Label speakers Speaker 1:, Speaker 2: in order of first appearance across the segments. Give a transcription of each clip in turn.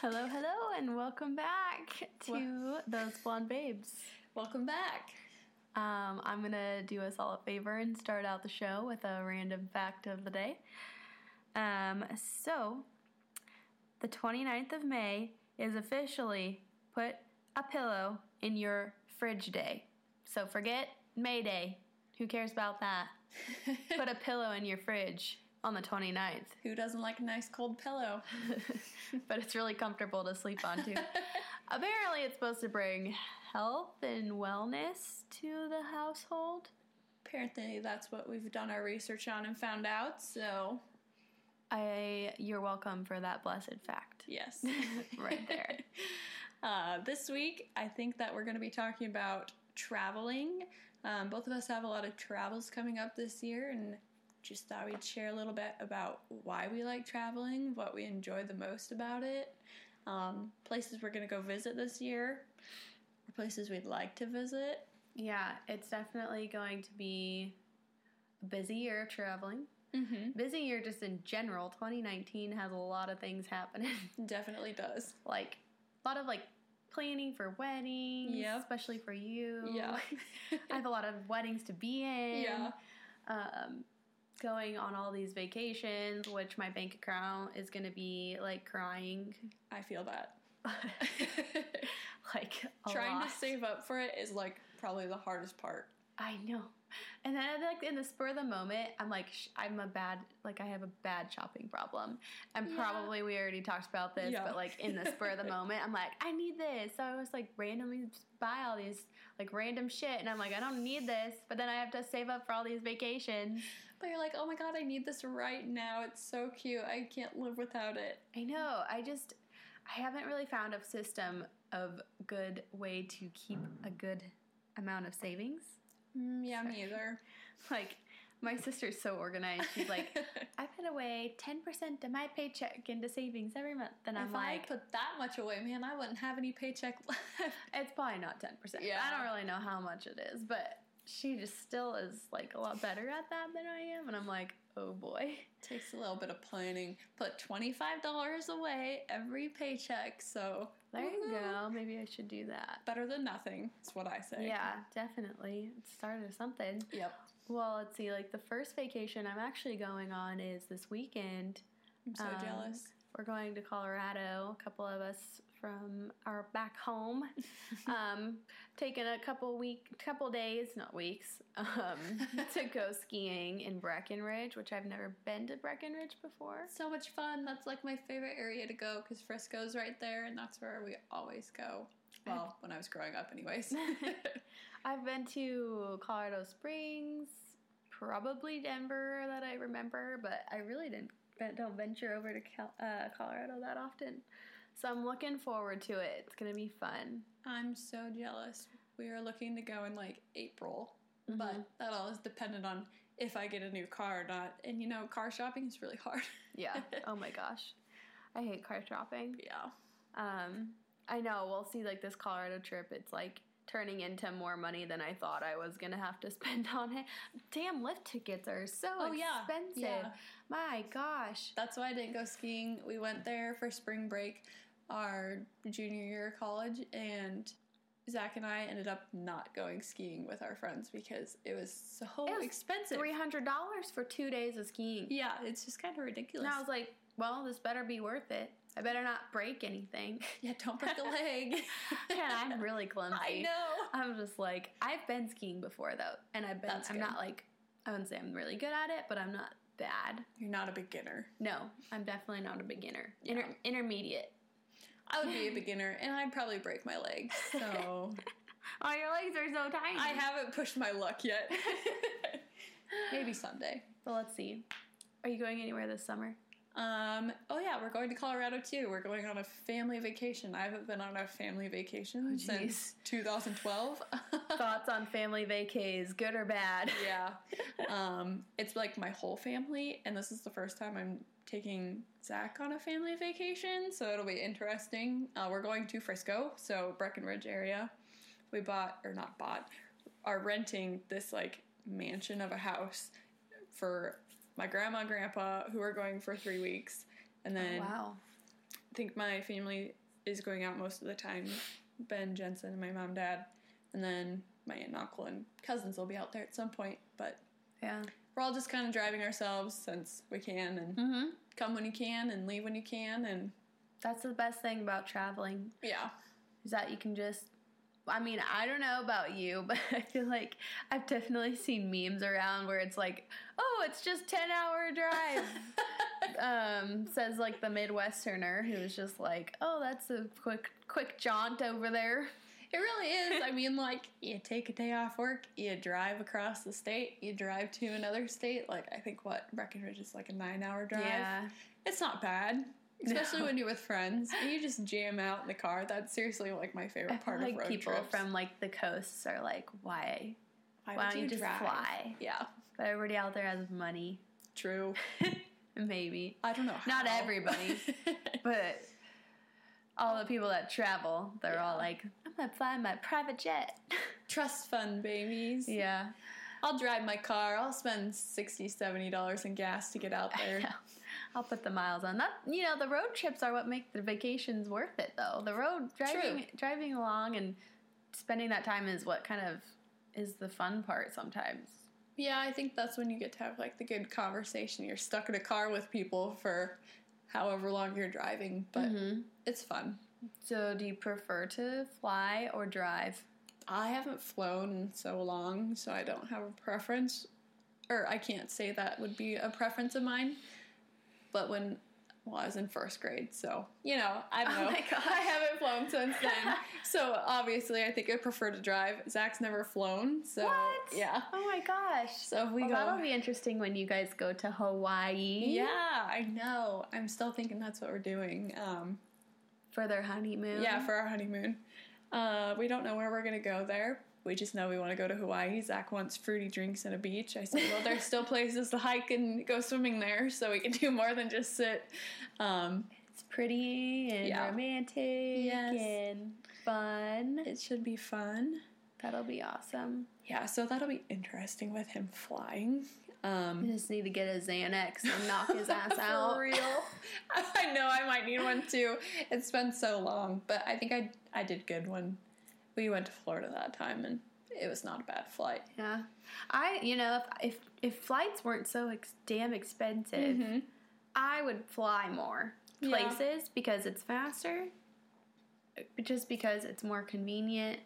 Speaker 1: Hello, hello, and welcome back to Those Blonde Babes.
Speaker 2: Welcome back.
Speaker 1: Um, I'm going to do us all a favor and start out the show with a random fact of the day. Um, so, the 29th of May is officially put a pillow in your fridge day. So, forget May Day. Who cares about that? put a pillow in your fridge on the 29th.
Speaker 2: Who doesn't like a nice cold pillow?
Speaker 1: but it's really comfortable to sleep on too. Apparently, it's supposed to bring health and wellness to the household.
Speaker 2: Apparently, that's what we've done our research on and found out. So,
Speaker 1: I you're welcome for that blessed fact.
Speaker 2: yes.
Speaker 1: Right there.
Speaker 2: uh, this week, I think that we're going to be talking about traveling. Um, both of us have a lot of travels coming up this year, and just thought we'd share a little bit about why we like traveling, what we enjoy the most about it, um, places we're going to go visit this year, or places we'd like to visit.
Speaker 1: yeah, it's definitely going to be a busy year of traveling.
Speaker 2: Mm-hmm.
Speaker 1: Busy year just in general. 2019 has a lot of things happening.
Speaker 2: Definitely does.
Speaker 1: like a lot of like planning for weddings,
Speaker 2: Yep.
Speaker 1: especially for you.
Speaker 2: Yeah.
Speaker 1: I have a lot of weddings to be in.
Speaker 2: Yeah.
Speaker 1: Um, going on all these vacations, which my bank account is going to be like crying,
Speaker 2: I feel that.
Speaker 1: like a
Speaker 2: Trying
Speaker 1: lot.
Speaker 2: to save up for it is like probably the hardest part.
Speaker 1: I know. And then, like in the spur of the moment, I'm like, sh- I'm a bad, like I have a bad shopping problem, and
Speaker 2: Yeah.
Speaker 1: probably we already talked about this,
Speaker 2: Yeah.
Speaker 1: but like in the spur of the moment, I'm like, I need this. So I was like randomly just buy all these like random shit, and I'm like, I don't need this, but then I have to save up for all these vacations.
Speaker 2: But you're like, oh my god, I need this right now. It's so cute. I can't live without it.
Speaker 1: I know. I just, I haven't really found a system of good way to keep a good amount of savings.
Speaker 2: Mm, yeah, me either.
Speaker 1: Like, my sister's so organized. She's like, I put away 10% of my paycheck into savings every month. And I'm
Speaker 2: if I
Speaker 1: like,
Speaker 2: put that much away, man, I wouldn't have any paycheck left.
Speaker 1: it's probably not 10%.
Speaker 2: Yeah.
Speaker 1: I don't really know how much it is, but she just still is like a lot better at that than I am. And I'm like, oh boy.
Speaker 2: Takes a little bit of planning. Put twenty five dollars away every paycheck, so
Speaker 1: There you
Speaker 2: woohoo.
Speaker 1: go. Maybe I should do that.
Speaker 2: Better than nothing. That's what I say.
Speaker 1: Yeah, definitely. It started something.
Speaker 2: Yep.
Speaker 1: Well, let's see. Like the first vacation I'm actually going on is this weekend.
Speaker 2: I'm so
Speaker 1: Um,
Speaker 2: jealous.
Speaker 1: We're going to Colorado, a couple of us from our back home. um, taking a couple week, couple days, not weeks, um, to go skiing in Breckenridge, which I've never been to Breckenridge before.
Speaker 2: so much fun. That's like my favorite area to go because Frisco's right there, and that's where we always go. Well, when I was growing up, anyways.
Speaker 1: I've been to Colorado Springs, probably Denver that I remember, but I really didn't don't venture over to Cal- uh, Colorado that often. So I'm looking forward to it. It's gonna be fun.
Speaker 2: I'm so jealous. We are looking to go in like April, but that all is dependent on if I get a new car or not. And you know, car shopping is really hard.
Speaker 1: Yeah. oh my gosh, I hate car shopping.
Speaker 2: yeah.
Speaker 1: Um, I know. We'll see. Like this Colorado trip, it's like turning into more money than I thought I was gonna have to spend on it. Damn, lift tickets are so
Speaker 2: Oh, yeah.
Speaker 1: expensive.
Speaker 2: Yeah.
Speaker 1: My gosh.
Speaker 2: That's why I didn't go skiing. We went there for spring break our junior year of college, and Zach and I ended up not going skiing with our friends because it was so expensive.
Speaker 1: Three hundred dollars for two days of skiing.
Speaker 2: Yeah, it's just kind of ridiculous.
Speaker 1: And I was like, well, this better be worth it. I better not break anything.
Speaker 2: yeah, don't break a leg.
Speaker 1: and I'm really clumsy.
Speaker 2: I know.
Speaker 1: I'm just like, I've been skiing before though, and I've been.
Speaker 2: That's
Speaker 1: I'm
Speaker 2: good.
Speaker 1: not like, I wouldn't say I'm really good at it, but I'm not bad.
Speaker 2: You're not a beginner.
Speaker 1: No, I'm definitely not a beginner. Inter- intermediate.
Speaker 2: I would be a beginner, and I'd probably break my leg. So
Speaker 1: Oh, your legs are so tiny.
Speaker 2: I haven't pushed my luck yet. Maybe someday.
Speaker 1: But let's see. Are you going anywhere this summer?
Speaker 2: Um, oh yeah, we're going to Colorado too. We're going on a family vacation. I haven't been on a family vacation since 2012.
Speaker 1: Thoughts on family vacays, good or bad?
Speaker 2: yeah. Um, it's like my whole family, and this is the first time I'm taking Zach on a family vacation, so it'll be interesting. Uh, we're going to Frisco, so Breckenridge area. We bought, or not bought, are renting this like mansion of a house for my grandma and grandpa who are going for three weeks. And then
Speaker 1: Wow.
Speaker 2: think my family is going out most of the time. Ben Jensen and my mom, dad, and then my aunt and uncle and cousins will be out there at some point. But
Speaker 1: Yeah.
Speaker 2: we're all just kind of driving ourselves since we can and
Speaker 1: Mm-hmm.
Speaker 2: come when you can and leave when you can and
Speaker 1: That's the best thing about traveling
Speaker 2: yeah.
Speaker 1: is that you can just. I mean, I don't know about you, but I feel like I've definitely seen memes around where it's like, "Oh, it's just ten hour drive." um, says like the Midwesterner who's just like, "Oh, that's a quick quick jaunt over there."
Speaker 2: It really is. I mean, like, you take a day off work, you drive across the state, you drive to another state. Like, I think what Breckenridge is like a nine hour drive.
Speaker 1: Yeah.
Speaker 2: It's not bad, especially
Speaker 1: No.
Speaker 2: when you're with friends. and You just jam out in the car. That's seriously like my favorite
Speaker 1: I feel
Speaker 2: part
Speaker 1: like
Speaker 2: of road
Speaker 1: people
Speaker 2: trips.
Speaker 1: from like the coasts are like, "Why?"
Speaker 2: Why
Speaker 1: why
Speaker 2: would
Speaker 1: don't you just fly?
Speaker 2: Yeah,
Speaker 1: But everybody out there has money,
Speaker 2: true.
Speaker 1: maybe.
Speaker 2: I don't know.
Speaker 1: Not
Speaker 2: how.
Speaker 1: everybody. But all the people that travel, they're all
Speaker 2: Yeah.
Speaker 1: like, I'm gonna fly in my private jet.
Speaker 2: Trust fund babies.
Speaker 1: yeah.
Speaker 2: I'll drive my car. I'll spend 60 $70 in gas to get out there.
Speaker 1: I'll put the miles on that. You know, the road trips are what make the vacations worth it, though. The road driving, driving along and spending that time is what kind of is the fun part sometimes.
Speaker 2: Yeah, I think that's when you get to have like the good conversation. You're stuck in a car with people for however long you're driving, but
Speaker 1: Mhm.
Speaker 2: it's fun.
Speaker 1: so, do you prefer to fly or drive?
Speaker 2: I haven't flown in so long, so I don't have a preference, or I can't say that would be a preference of mine. But when, well, I was in first grade, so you know, I don't
Speaker 1: Oh
Speaker 2: know.
Speaker 1: my gosh.
Speaker 2: I haven't flown since then, so obviously, I think I prefer to drive. Zach's never flown, so
Speaker 1: What?
Speaker 2: yeah.
Speaker 1: Oh my gosh.
Speaker 2: So if we
Speaker 1: Well,
Speaker 2: go,
Speaker 1: that'll be interesting when you guys go to Hawaii
Speaker 2: Yeah, I know. I'm still thinking that's what we're doing. Um,
Speaker 1: for their honeymoon.
Speaker 2: yeah, for our honeymoon. Uh, we don't know where we're gonna go there. We just know we want to go to Hawaii. Zach wants fruity drinks and a beach. I said, well, there's still places to hike and go swimming there, so we can do more than just sit. Um,
Speaker 1: It's pretty and
Speaker 2: Yeah.
Speaker 1: romantic
Speaker 2: Yes.
Speaker 1: and fun.
Speaker 2: it should be fun.
Speaker 1: That'll be awesome.
Speaker 2: Yeah, so that'll be interesting with him flying.
Speaker 1: I
Speaker 2: Um,
Speaker 1: just need to get a Xanax and knock his ass
Speaker 2: For
Speaker 1: out.
Speaker 2: real. I know I might need one too. It's been so long, but I think I I did good when we went to Florida that time, and it was not a bad flight.
Speaker 1: Yeah. I, you know, if if, if flights weren't so ex- damn expensive,
Speaker 2: Mm-hmm.
Speaker 1: I would fly more
Speaker 2: Yeah.
Speaker 1: places because it's faster. Just because it's more convenient,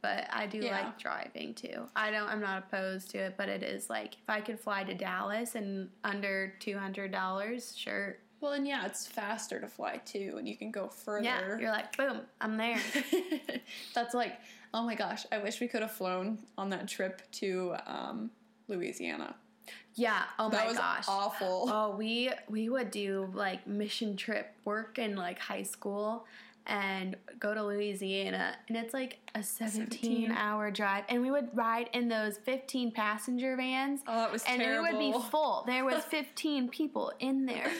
Speaker 1: but I do
Speaker 2: Yeah.
Speaker 1: like driving too. I don't. I'm not opposed to it, but it is like if I could fly to Dallas and under two hundred dollars, sure.
Speaker 2: Well, and yeah, it's faster to fly too, and you can go further.
Speaker 1: Yeah, you're like boom, I'm there.
Speaker 2: That's like, oh my gosh, I wish we could have flown on that trip to um, Louisiana.
Speaker 1: Yeah. Oh
Speaker 2: that
Speaker 1: my
Speaker 2: was
Speaker 1: gosh.
Speaker 2: awful.
Speaker 1: Oh, we we would do like mission trip work in like high school and go to Louisiana and it's like a 17,
Speaker 2: 17.
Speaker 1: hour drive and we would ride in those 15 passenger vans
Speaker 2: Oh, it was
Speaker 1: and
Speaker 2: terrible.
Speaker 1: it would be full. There was 15 people in there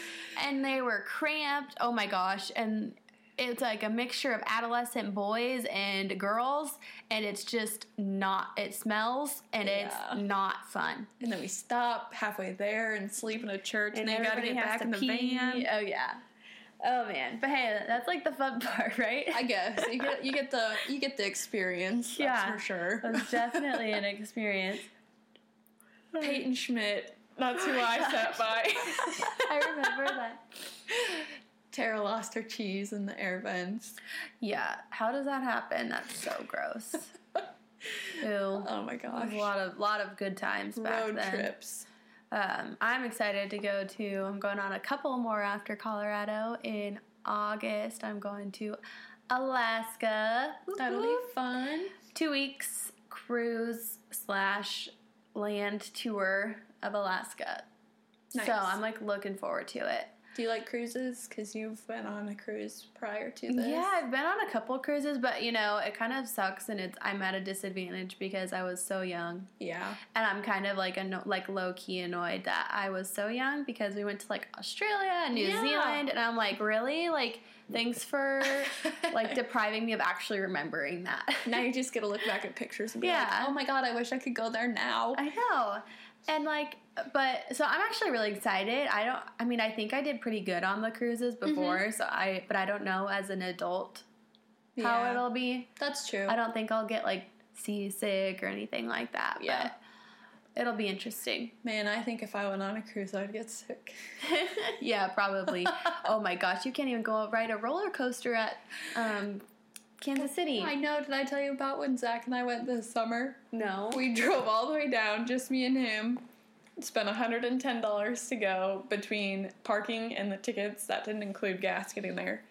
Speaker 1: and they were cramped. Oh my gosh. And it's like a mixture of adolescent boys and girls and it's just not it smells and
Speaker 2: Yeah.
Speaker 1: it's not fun.
Speaker 2: and then we stop halfway there and sleep in a church, and, then you gotta
Speaker 1: everybody
Speaker 2: get
Speaker 1: has
Speaker 2: back
Speaker 1: to
Speaker 2: in the
Speaker 1: pee.
Speaker 2: van.
Speaker 1: Oh yeah. Oh man. But hey, that's like the fun part, right?
Speaker 2: I guess you get you get the you get the experience.
Speaker 1: Yeah.
Speaker 2: that's for sure.
Speaker 1: That's definitely an experience.
Speaker 2: Peyton Schmidt. That's who I sat by.
Speaker 1: I remember that.
Speaker 2: Tara lost her cheese in the air vents.
Speaker 1: Yeah. How does that happen? That's so gross. Ew.
Speaker 2: Oh my gosh.
Speaker 1: a lot of lot of good times back
Speaker 2: Road
Speaker 1: then.
Speaker 2: trips.
Speaker 1: Um, I'm excited to go to. I'm going on a couple more after Colorado in August. I'm going to Alaska. Whoop,
Speaker 2: That'll be
Speaker 1: whoop.
Speaker 2: fun.
Speaker 1: two weeks cruise slash land tour of Alaska.
Speaker 2: Nice.
Speaker 1: So I'm like looking forward to it.
Speaker 2: Do you like cruises? Because you've been on a cruise prior to this.
Speaker 1: Yeah, I've been on a couple cruises, but you know, it kind of sucks and it's I'm at a disadvantage because I was so young.
Speaker 2: Yeah.
Speaker 1: And I'm kind of like anno- like low key annoyed that I was so young because we went to like Australia and New
Speaker 2: Yeah.
Speaker 1: Zealand and I'm like, really? Like Thanks for like depriving me of actually remembering that.
Speaker 2: now you just get to look back at pictures and be
Speaker 1: Yeah.
Speaker 2: like, oh my god, I wish I could go there now.
Speaker 1: I know. And like but so I'm actually really excited. I don't I mean I think I did pretty good on the cruises
Speaker 2: Mm-hmm.
Speaker 1: before, so I but I don't know as an adult how
Speaker 2: Yeah.
Speaker 1: it'll be.
Speaker 2: That's true.
Speaker 1: I don't think I'll get like seasick or anything like that.
Speaker 2: Yeah.
Speaker 1: But it'll be interesting.
Speaker 2: Man, I think if I went on a cruise, I'd get sick.
Speaker 1: yeah, probably. oh my gosh, you can't even go ride a roller coaster at um, Kansas City.
Speaker 2: I know. Did I tell you about when Zach and I went this summer?
Speaker 1: no.
Speaker 2: We drove all the way down, just me and him. Spent $110 to go between parking and the tickets. That didn't include gas getting there.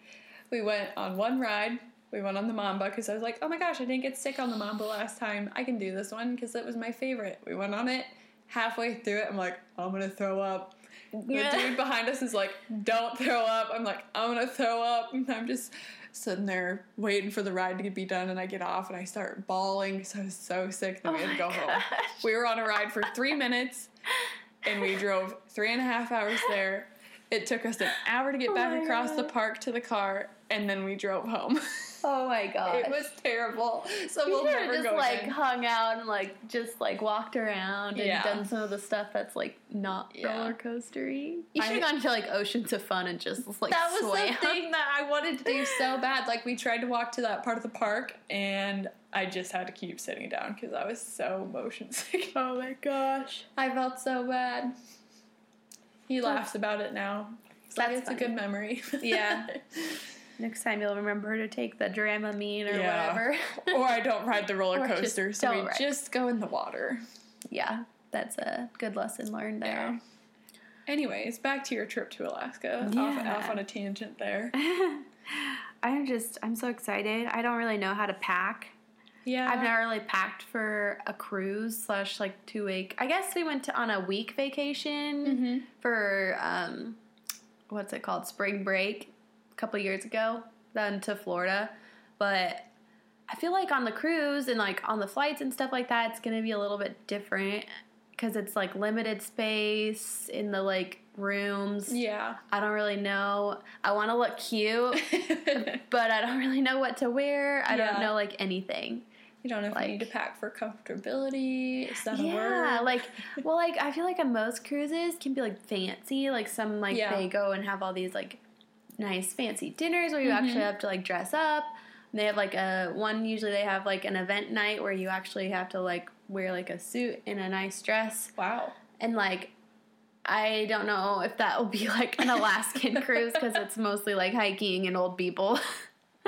Speaker 2: We went on one ride. We went on the Mamba because I was like, oh my gosh, I didn't get sick on the Mamba last time. I can do this one because it was my favorite. We went on it. Halfway through it, I'm like, I'm going to throw up. The dude behind us is like, don't throw up. I'm like, I'm gonna throw up. And I'm just sitting there waiting for the ride to be done. And I get off and I start bawling because I was so sick that
Speaker 1: Oh
Speaker 2: we had
Speaker 1: my
Speaker 2: to go home.
Speaker 1: gosh.
Speaker 2: We were on a ride for three minutes and we drove three and a half hours there. It took us an hour to get
Speaker 1: Oh
Speaker 2: back
Speaker 1: my
Speaker 2: across the
Speaker 1: God.
Speaker 2: park to the car and then we drove home.
Speaker 1: Oh my gosh.
Speaker 2: it was terrible. So
Speaker 1: you
Speaker 2: we'll
Speaker 1: should have
Speaker 2: never
Speaker 1: just
Speaker 2: go
Speaker 1: like
Speaker 2: again.
Speaker 1: hung out and like just like walked around and
Speaker 2: Yeah.
Speaker 1: done some of the stuff that's like not
Speaker 2: Yeah.
Speaker 1: roller coastery. You
Speaker 2: I-
Speaker 1: should have gone to like oceans of fun and just like
Speaker 2: that was
Speaker 1: swam.
Speaker 2: the thing that I wanted to do so bad. Like we tried to walk to that part of the park, and I just had to keep sitting down because I was so motion sick.
Speaker 1: Oh my gosh.
Speaker 2: I felt so bad. He laughs about it now. It's like
Speaker 1: That's
Speaker 2: it's a good
Speaker 1: funny.
Speaker 2: memory.
Speaker 1: Yeah. Next time you'll remember to take the Dramamine or
Speaker 2: Yeah.
Speaker 1: whatever.
Speaker 2: or I don't ride the roller
Speaker 1: Or just
Speaker 2: coaster, so
Speaker 1: don't
Speaker 2: we
Speaker 1: ride.
Speaker 2: just go in the water.
Speaker 1: yeah, that's a good lesson learned
Speaker 2: Yeah.
Speaker 1: there.
Speaker 2: Anyways, back to your trip to Alaska. Off,
Speaker 1: Yeah.
Speaker 2: off on a tangent there.
Speaker 1: I'm just I'm so excited. I don't really know how to pack.
Speaker 2: Yeah.
Speaker 1: I've never really packed for a cruise slash like two week. I guess we went to, on a week vacation
Speaker 2: Mhm.
Speaker 1: for um, what's it called? Spring break a couple years ago. Then to Florida, but I feel like on the cruise and like on the flights and stuff like that, it's gonna be a little bit different because it's like limited space in the like rooms.
Speaker 2: Yeah.
Speaker 1: I don't really know. I want to look cute,
Speaker 2: you
Speaker 1: but I don't really know what to wear. I don't
Speaker 2: Yeah.
Speaker 1: know like anything.
Speaker 2: don't know if you need to
Speaker 1: Like-
Speaker 2: pack for comfortability. Is that a word?
Speaker 1: Yeah, like well, like I feel like on most cruises can be like fancy. Like some like
Speaker 2: Yeah.
Speaker 1: they go and have all these like nice fancy dinners where you
Speaker 2: Mm-hmm.
Speaker 1: actually have to like dress up. And they have like a one usually they have like an event night where you actually have to like wear like a suit and a nice dress
Speaker 2: Wow.
Speaker 1: and like I don't know if that will be like an Alaskan cruise because it's mostly like hiking and old people.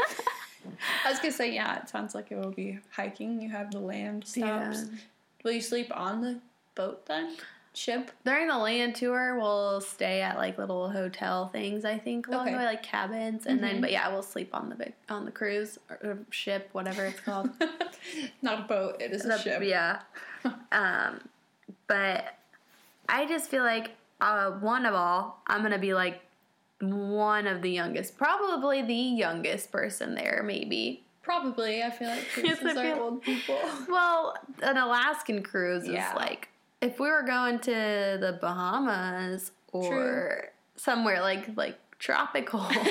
Speaker 2: I was gonna say, yeah, it sounds like it will be hiking. You have the land stops.
Speaker 1: Yeah.
Speaker 2: Will you sleep on the boat then? Ship?
Speaker 1: During the land tour, we'll stay at like little hotel things. I think along
Speaker 2: Okay.
Speaker 1: the way, like cabins, and
Speaker 2: Mhm.
Speaker 1: then but yeah, we'll sleep on the big on the cruise or, or ship, whatever it's called.
Speaker 2: Not a boat, it is a
Speaker 1: The-
Speaker 2: ship.
Speaker 1: Yeah. um, but I just feel like uh, one of all, I'm gonna be like one of the youngest, probably the youngest person there, maybe.
Speaker 2: Probably, I feel like
Speaker 1: Yes,
Speaker 2: cruises
Speaker 1: I
Speaker 2: are
Speaker 1: feel-
Speaker 2: old people.
Speaker 1: Well, an Alaskan cruise
Speaker 2: Yeah.
Speaker 1: is like if we were going to the Bahamas or somewhere like like tropical, probably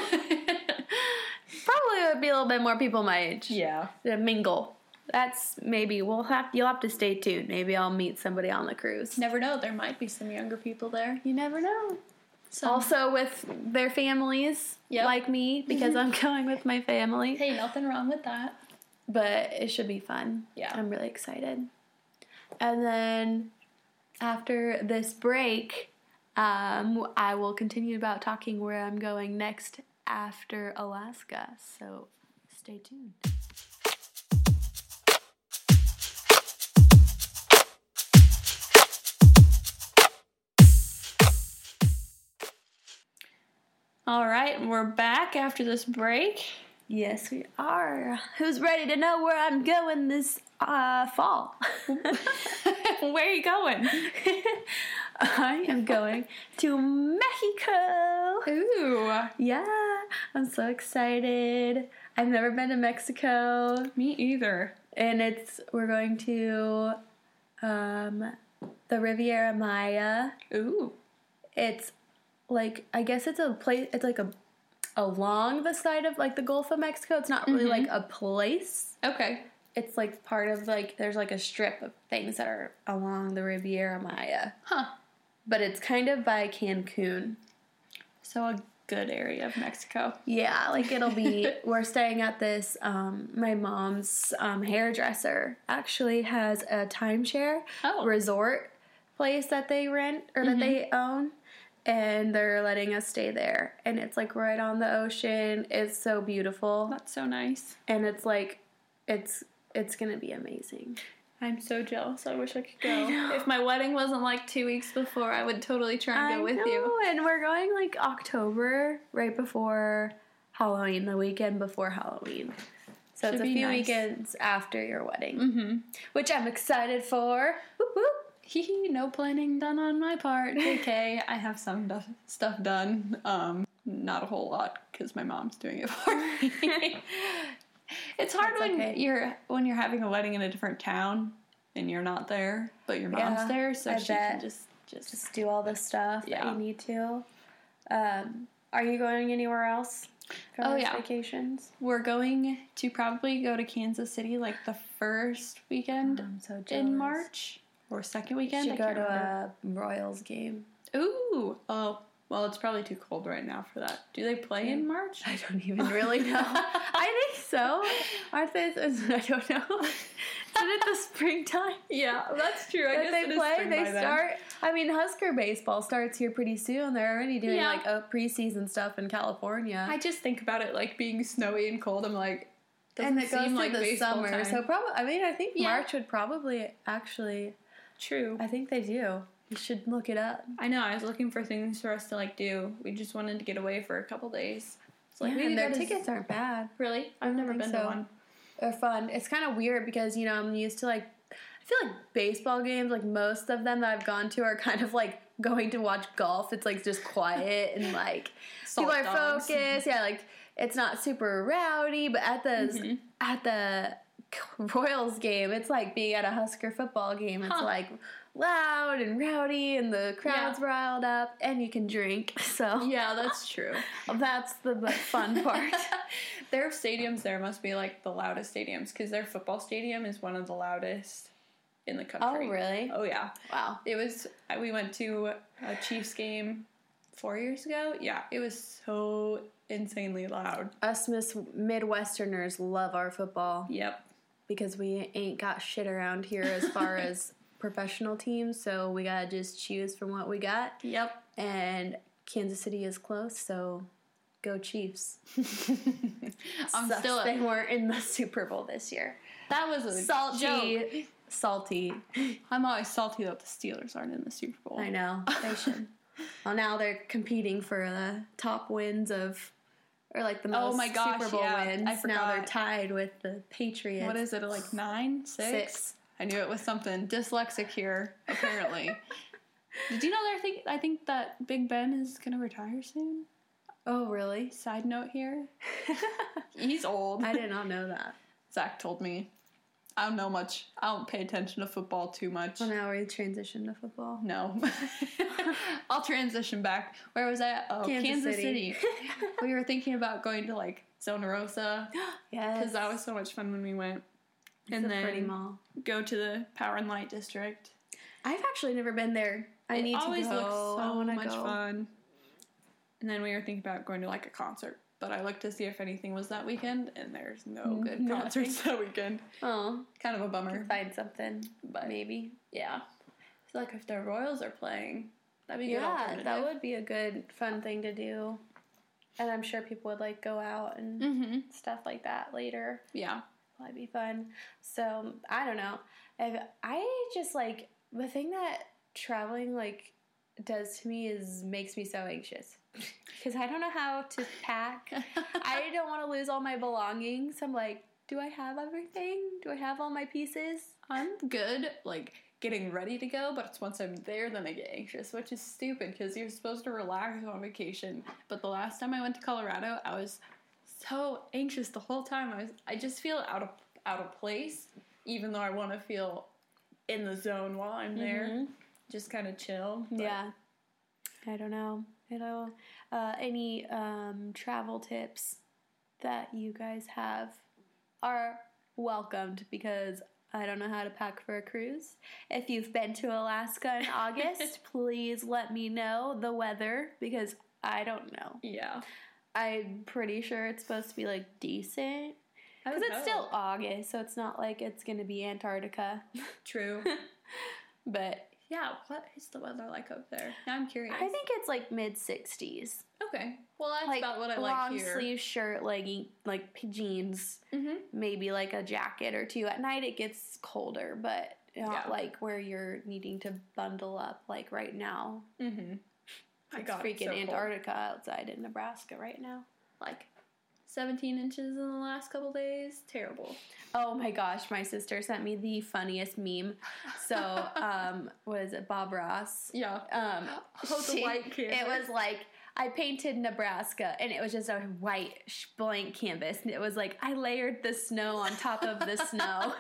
Speaker 1: would be a little bit more people my age
Speaker 2: yeah.
Speaker 1: to mingle. That's maybe we'll have you'll have to stay tuned. Maybe I'll meet somebody on the cruise.
Speaker 2: Never know, there might be some younger people there.
Speaker 1: You never know.
Speaker 2: So,
Speaker 1: Also with their families
Speaker 2: Yep.
Speaker 1: like me because I'm going with my family.
Speaker 2: hey, nothing wrong with that.
Speaker 1: but it should be fun.
Speaker 2: Yeah.
Speaker 1: I'm really excited. And then after this break, um, I will continue about talking where I'm going next after Alaska. So stay tuned.
Speaker 2: All right, we're back after this break.
Speaker 1: Yes, we are. Who's ready to know where I'm going this uh, fall?
Speaker 2: Where are you going?
Speaker 1: I am going to Mexico.
Speaker 2: Ooh,
Speaker 1: Yeah, I'm so excited. I've never been to Mexico,
Speaker 2: me either.
Speaker 1: and it's we're going to um, the Riviera Maya.
Speaker 2: Ooh.
Speaker 1: It's like I guess it's a place. It's like a along the side of like the Gulf of Mexico. It's not really like a place.
Speaker 2: Okay.
Speaker 1: It's like part of like there's like a strip of things that are along the Riviera Maya,
Speaker 2: Huh.
Speaker 1: but it's kind of by Cancun.
Speaker 2: So a good area of Mexico.
Speaker 1: Yeah, like it'll be. we're staying at this. Um, my mom's um, hairdresser actually has a timeshare
Speaker 2: Oh.
Speaker 1: resort place that they rent or that
Speaker 2: Mhm.
Speaker 1: they own, and they're letting us stay there. And it's like right on the ocean. It's so beautiful,
Speaker 2: That's so nice.
Speaker 1: and it's like, it's it's gonna be amazing.
Speaker 2: I'm so jealous. I wish I could
Speaker 1: I
Speaker 2: go.
Speaker 1: know.
Speaker 2: If my wedding wasn't like two weeks before, I would totally try and go with you.
Speaker 1: And we're going like October, right before Halloween, the weekend before Halloween. So
Speaker 2: Should
Speaker 1: it's a
Speaker 2: be
Speaker 1: few
Speaker 2: nice.
Speaker 1: weekends after your wedding,
Speaker 2: Mm-hmm.
Speaker 1: which I'm excited for. Whoop, whoop.
Speaker 2: Hee hee, no planning done on my part. Okay, I have some duff- stuff done. Um, not a whole lot because my mom's doing it for me. it's hard
Speaker 1: That's
Speaker 2: when
Speaker 1: okay.
Speaker 2: you're when you're having a wedding in a different town and you're not there, but your mom's
Speaker 1: Yeah,
Speaker 2: there, so
Speaker 1: I
Speaker 2: she
Speaker 1: bet.
Speaker 2: can just just.
Speaker 1: just do all the stuff
Speaker 2: Yeah.
Speaker 1: that you need to. Um, are you going anywhere else? for
Speaker 2: Oh,
Speaker 1: those
Speaker 2: yeah.
Speaker 1: vacations.
Speaker 2: We're going to probably go to Kansas City like the first weekend
Speaker 1: I'm so
Speaker 2: in March or
Speaker 1: You
Speaker 2: second weekend.
Speaker 1: should
Speaker 2: I
Speaker 1: go
Speaker 2: can't
Speaker 1: to
Speaker 2: remember.
Speaker 1: a Royals game.
Speaker 2: Ooh, oh, well, it's probably too cold right now for that. Do they play in March?
Speaker 1: I don't even really know. I think so. Aren't they? I don't know. Isn't it the springtime?
Speaker 2: Yeah, that's true. I
Speaker 1: that
Speaker 2: guess it
Speaker 1: they
Speaker 2: is
Speaker 1: play,
Speaker 2: spring
Speaker 1: they
Speaker 2: by then.
Speaker 1: start. I mean, Husker baseball starts here pretty soon. They're already doing
Speaker 2: Yeah.
Speaker 1: like a preseason stuff in California,
Speaker 2: I just think about it like being snowy and cold. I'm like, doesn't
Speaker 1: and it goes
Speaker 2: seem
Speaker 1: through
Speaker 2: like
Speaker 1: the
Speaker 2: baseball
Speaker 1: summer.
Speaker 2: time.
Speaker 1: So probably, I mean, I think
Speaker 2: Yeah.
Speaker 1: March would probably actually
Speaker 2: true.
Speaker 1: I think they do. You should look it up.
Speaker 2: I know. I was looking for things for us to like do. We just wanted to get away for a couple days. It's
Speaker 1: Like,
Speaker 2: like maybe
Speaker 1: their
Speaker 2: that is-
Speaker 1: tickets aren't bad.
Speaker 2: Really, I've never
Speaker 1: think
Speaker 2: been
Speaker 1: so.
Speaker 2: to one.
Speaker 1: They're fun. It's kind of weird because you know I'm used to like I feel like baseball games. Like most of them that I've gone to are kind of like going to watch golf. It's like just quiet and like people
Speaker 2: Salt
Speaker 1: are
Speaker 2: dogs.
Speaker 1: focused. Yeah, like it's not super rowdy. But at the
Speaker 2: Mhm.
Speaker 1: at the Royals game, it's like being at a Husker football game. It's
Speaker 2: Huh.
Speaker 1: like loud and rowdy, and the crowd's riled up, and you can drink. So
Speaker 2: Yeah, that's true.
Speaker 1: that's the bu- fun part.
Speaker 2: their stadiums there must be like the loudest stadiums because their football stadium is one of the loudest in the country.
Speaker 1: oh really?
Speaker 2: Oh yeah.
Speaker 1: Wow.
Speaker 2: It was I- we went to a Chiefs game four years ago. Yeah, it was so insanely loud.
Speaker 1: us Miss Midwesterners love our football
Speaker 2: Yep.
Speaker 1: because we ain't got shit around here as far as professional teams, so we gotta just choose from what we got.
Speaker 2: Yep.
Speaker 1: And Kansas City is close, so go Chiefs.
Speaker 2: I'm
Speaker 1: Sucks
Speaker 2: still
Speaker 1: they
Speaker 2: a,
Speaker 1: weren't in the Super Bowl this year.
Speaker 2: that was a joke.
Speaker 1: Salty, salty.
Speaker 2: I'm always salty that the Steelers aren't in the Super Bowl.
Speaker 1: I know they should. Well, now they're competing for the top wins of, or like the most
Speaker 2: Oh my gosh,
Speaker 1: Super Bowl
Speaker 2: yeah, I
Speaker 1: wins. now they're
Speaker 2: forgot.
Speaker 1: tied with the Patriots.
Speaker 2: What is it? Like nine, six?
Speaker 1: Six.
Speaker 2: I knew it was something dyslexic here. Apparently. Did you know they're think I think that Big Ben is gonna retire soon?
Speaker 1: Oh really?
Speaker 2: Side note here, he's old.
Speaker 1: I did not know that.
Speaker 2: Zach told me. I don't know much. I don't pay attention to football too much.
Speaker 1: Well, now we transition to football.
Speaker 2: No. I'll transition back. Where was I? Oh, Kansas, City. we were thinking about going to like Zona Rosa
Speaker 1: yes.
Speaker 2: because that was so much fun when we went.
Speaker 1: It's
Speaker 2: and
Speaker 1: a
Speaker 2: then
Speaker 1: pretty mall.
Speaker 2: go to the Power and Light District.
Speaker 1: I've actually never been there. I
Speaker 2: it
Speaker 1: need to
Speaker 2: always
Speaker 1: go.
Speaker 2: looks
Speaker 1: I
Speaker 2: so
Speaker 1: wanna
Speaker 2: much
Speaker 1: go.
Speaker 2: fun. And then we were thinking about going to like a concert, but I looked to see if anything was that weekend, and there's no good
Speaker 1: Nothing.
Speaker 2: concerts that weekend.
Speaker 1: Oh,
Speaker 2: Kind of a
Speaker 1: I
Speaker 2: bummer.
Speaker 1: can find something,
Speaker 2: But-
Speaker 1: maybe.
Speaker 2: Yeah. So like if the Royals are playing, that'd be a good
Speaker 1: Yeah, that
Speaker 2: alternative.
Speaker 1: would be a good fun thing to do. And I'm sure people would like go out and
Speaker 2: Mhm.
Speaker 1: stuff like that later.
Speaker 2: Yeah.
Speaker 1: That'd be fun. So I don't know. If I just like the thing that traveling like does to me is makes me so anxious because I don't know how to pack. I don't want to lose all my belongings. I'm like, do I have everything? Do I have all my pieces?
Speaker 2: I'm good like getting ready to go, but it's once I'm there then I get anxious, which is stupid because you're supposed to relax on vacation. But the last time I went to Colorado, I was so anxious the whole time. I was I just feel out of out of place, even though I want to feel in the zone while I'm there,
Speaker 1: Mhm.
Speaker 2: just kind of chill. but
Speaker 1: Yeah. I don't know. you know, uh, any um, travel tips that you guys have are welcomed because I don't know how to pack for a cruise. If you've been to Alaska in August, please let me know the weather because I don't know.
Speaker 2: Yeah.
Speaker 1: I'm pretty sure it's supposed to be like decent.
Speaker 2: I
Speaker 1: Because
Speaker 2: would
Speaker 1: it's
Speaker 2: hope.
Speaker 1: still August, so it's not like it's going to be Antarctica.
Speaker 2: true.
Speaker 1: But
Speaker 2: yeah, what is the weather like up there? Now I'm curious.
Speaker 1: I think it's like mid 60s.
Speaker 2: okay. Well, that's
Speaker 1: like
Speaker 2: about what I like
Speaker 1: long
Speaker 2: here.
Speaker 1: sleeve shirt, legging, like p- jeans,
Speaker 2: hmm
Speaker 1: maybe like a jacket or two. At night it gets colder, but not
Speaker 2: Yeah.
Speaker 1: like where you're needing to bundle up like right now.
Speaker 2: Mm-hmm.
Speaker 1: It's freaking Antarctica outside in Nebraska right now.
Speaker 2: Like 17 inches in the last couple days. Terrible.
Speaker 1: Oh my gosh, my sister sent me the funniest meme. So, um, what is it? Bob Ross.
Speaker 2: Yeah.
Speaker 1: Um,
Speaker 2: Oh, the white canvas.
Speaker 1: It was like I painted Nebraska, and it was just a white sh- blank canvas, and it was like I layered the snow on top of the snow.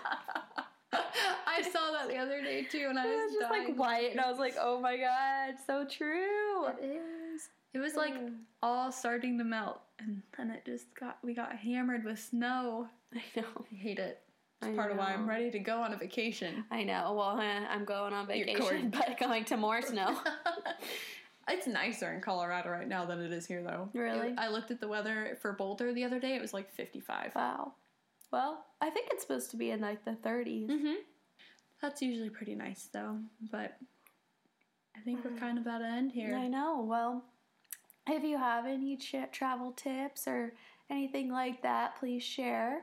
Speaker 2: I saw that the other day too, and I
Speaker 1: it
Speaker 2: was,
Speaker 1: was just like
Speaker 2: dying.
Speaker 1: white, and I was like, "Oh my god, so true."
Speaker 2: It is. Mm. It was like all starting to melt, and then it just got we got hammered with snow.
Speaker 1: I know.
Speaker 2: I hate it. It's
Speaker 1: I
Speaker 2: part of why I'm
Speaker 1: know.
Speaker 2: ready to go on a vacation.
Speaker 1: I know. Well, huh, I'm going on
Speaker 2: You're
Speaker 1: vacation,
Speaker 2: going-
Speaker 1: but going to more snow.
Speaker 2: it's nicer in Colorado right now than it is here, though.
Speaker 1: Really?
Speaker 2: I looked at the weather for Boulder the other day. It was like 55.
Speaker 1: wow. Well, I think it's supposed to be in like the 30s.
Speaker 2: Mm-hmm. That's usually pretty nice, though. But I think we're kind of at an end here.
Speaker 1: Mm. I know. Well, if you have any chi- travel tips or anything like that, please share.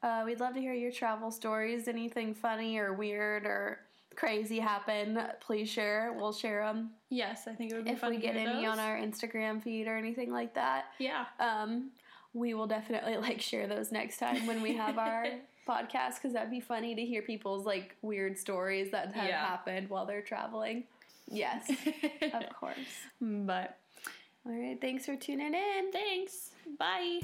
Speaker 1: Uh, we'd love to hear your travel stories. Anything funny or weird or crazy happen, please share. We'll share them
Speaker 2: Yes, I think it would be
Speaker 1: if
Speaker 2: fun
Speaker 1: we
Speaker 2: to
Speaker 1: get
Speaker 2: hear
Speaker 1: any on
Speaker 2: those.
Speaker 1: our Instagram feed or anything like that.
Speaker 2: Yeah.
Speaker 1: Um, we will definitely like share those next time when we have our podcast because that'd be funny to hear people's like weird stories that have
Speaker 2: Yeah.
Speaker 1: happened while they're traveling. Yes, of course.
Speaker 2: but
Speaker 1: All right. Thanks for tuning in.
Speaker 2: thanks. Bye.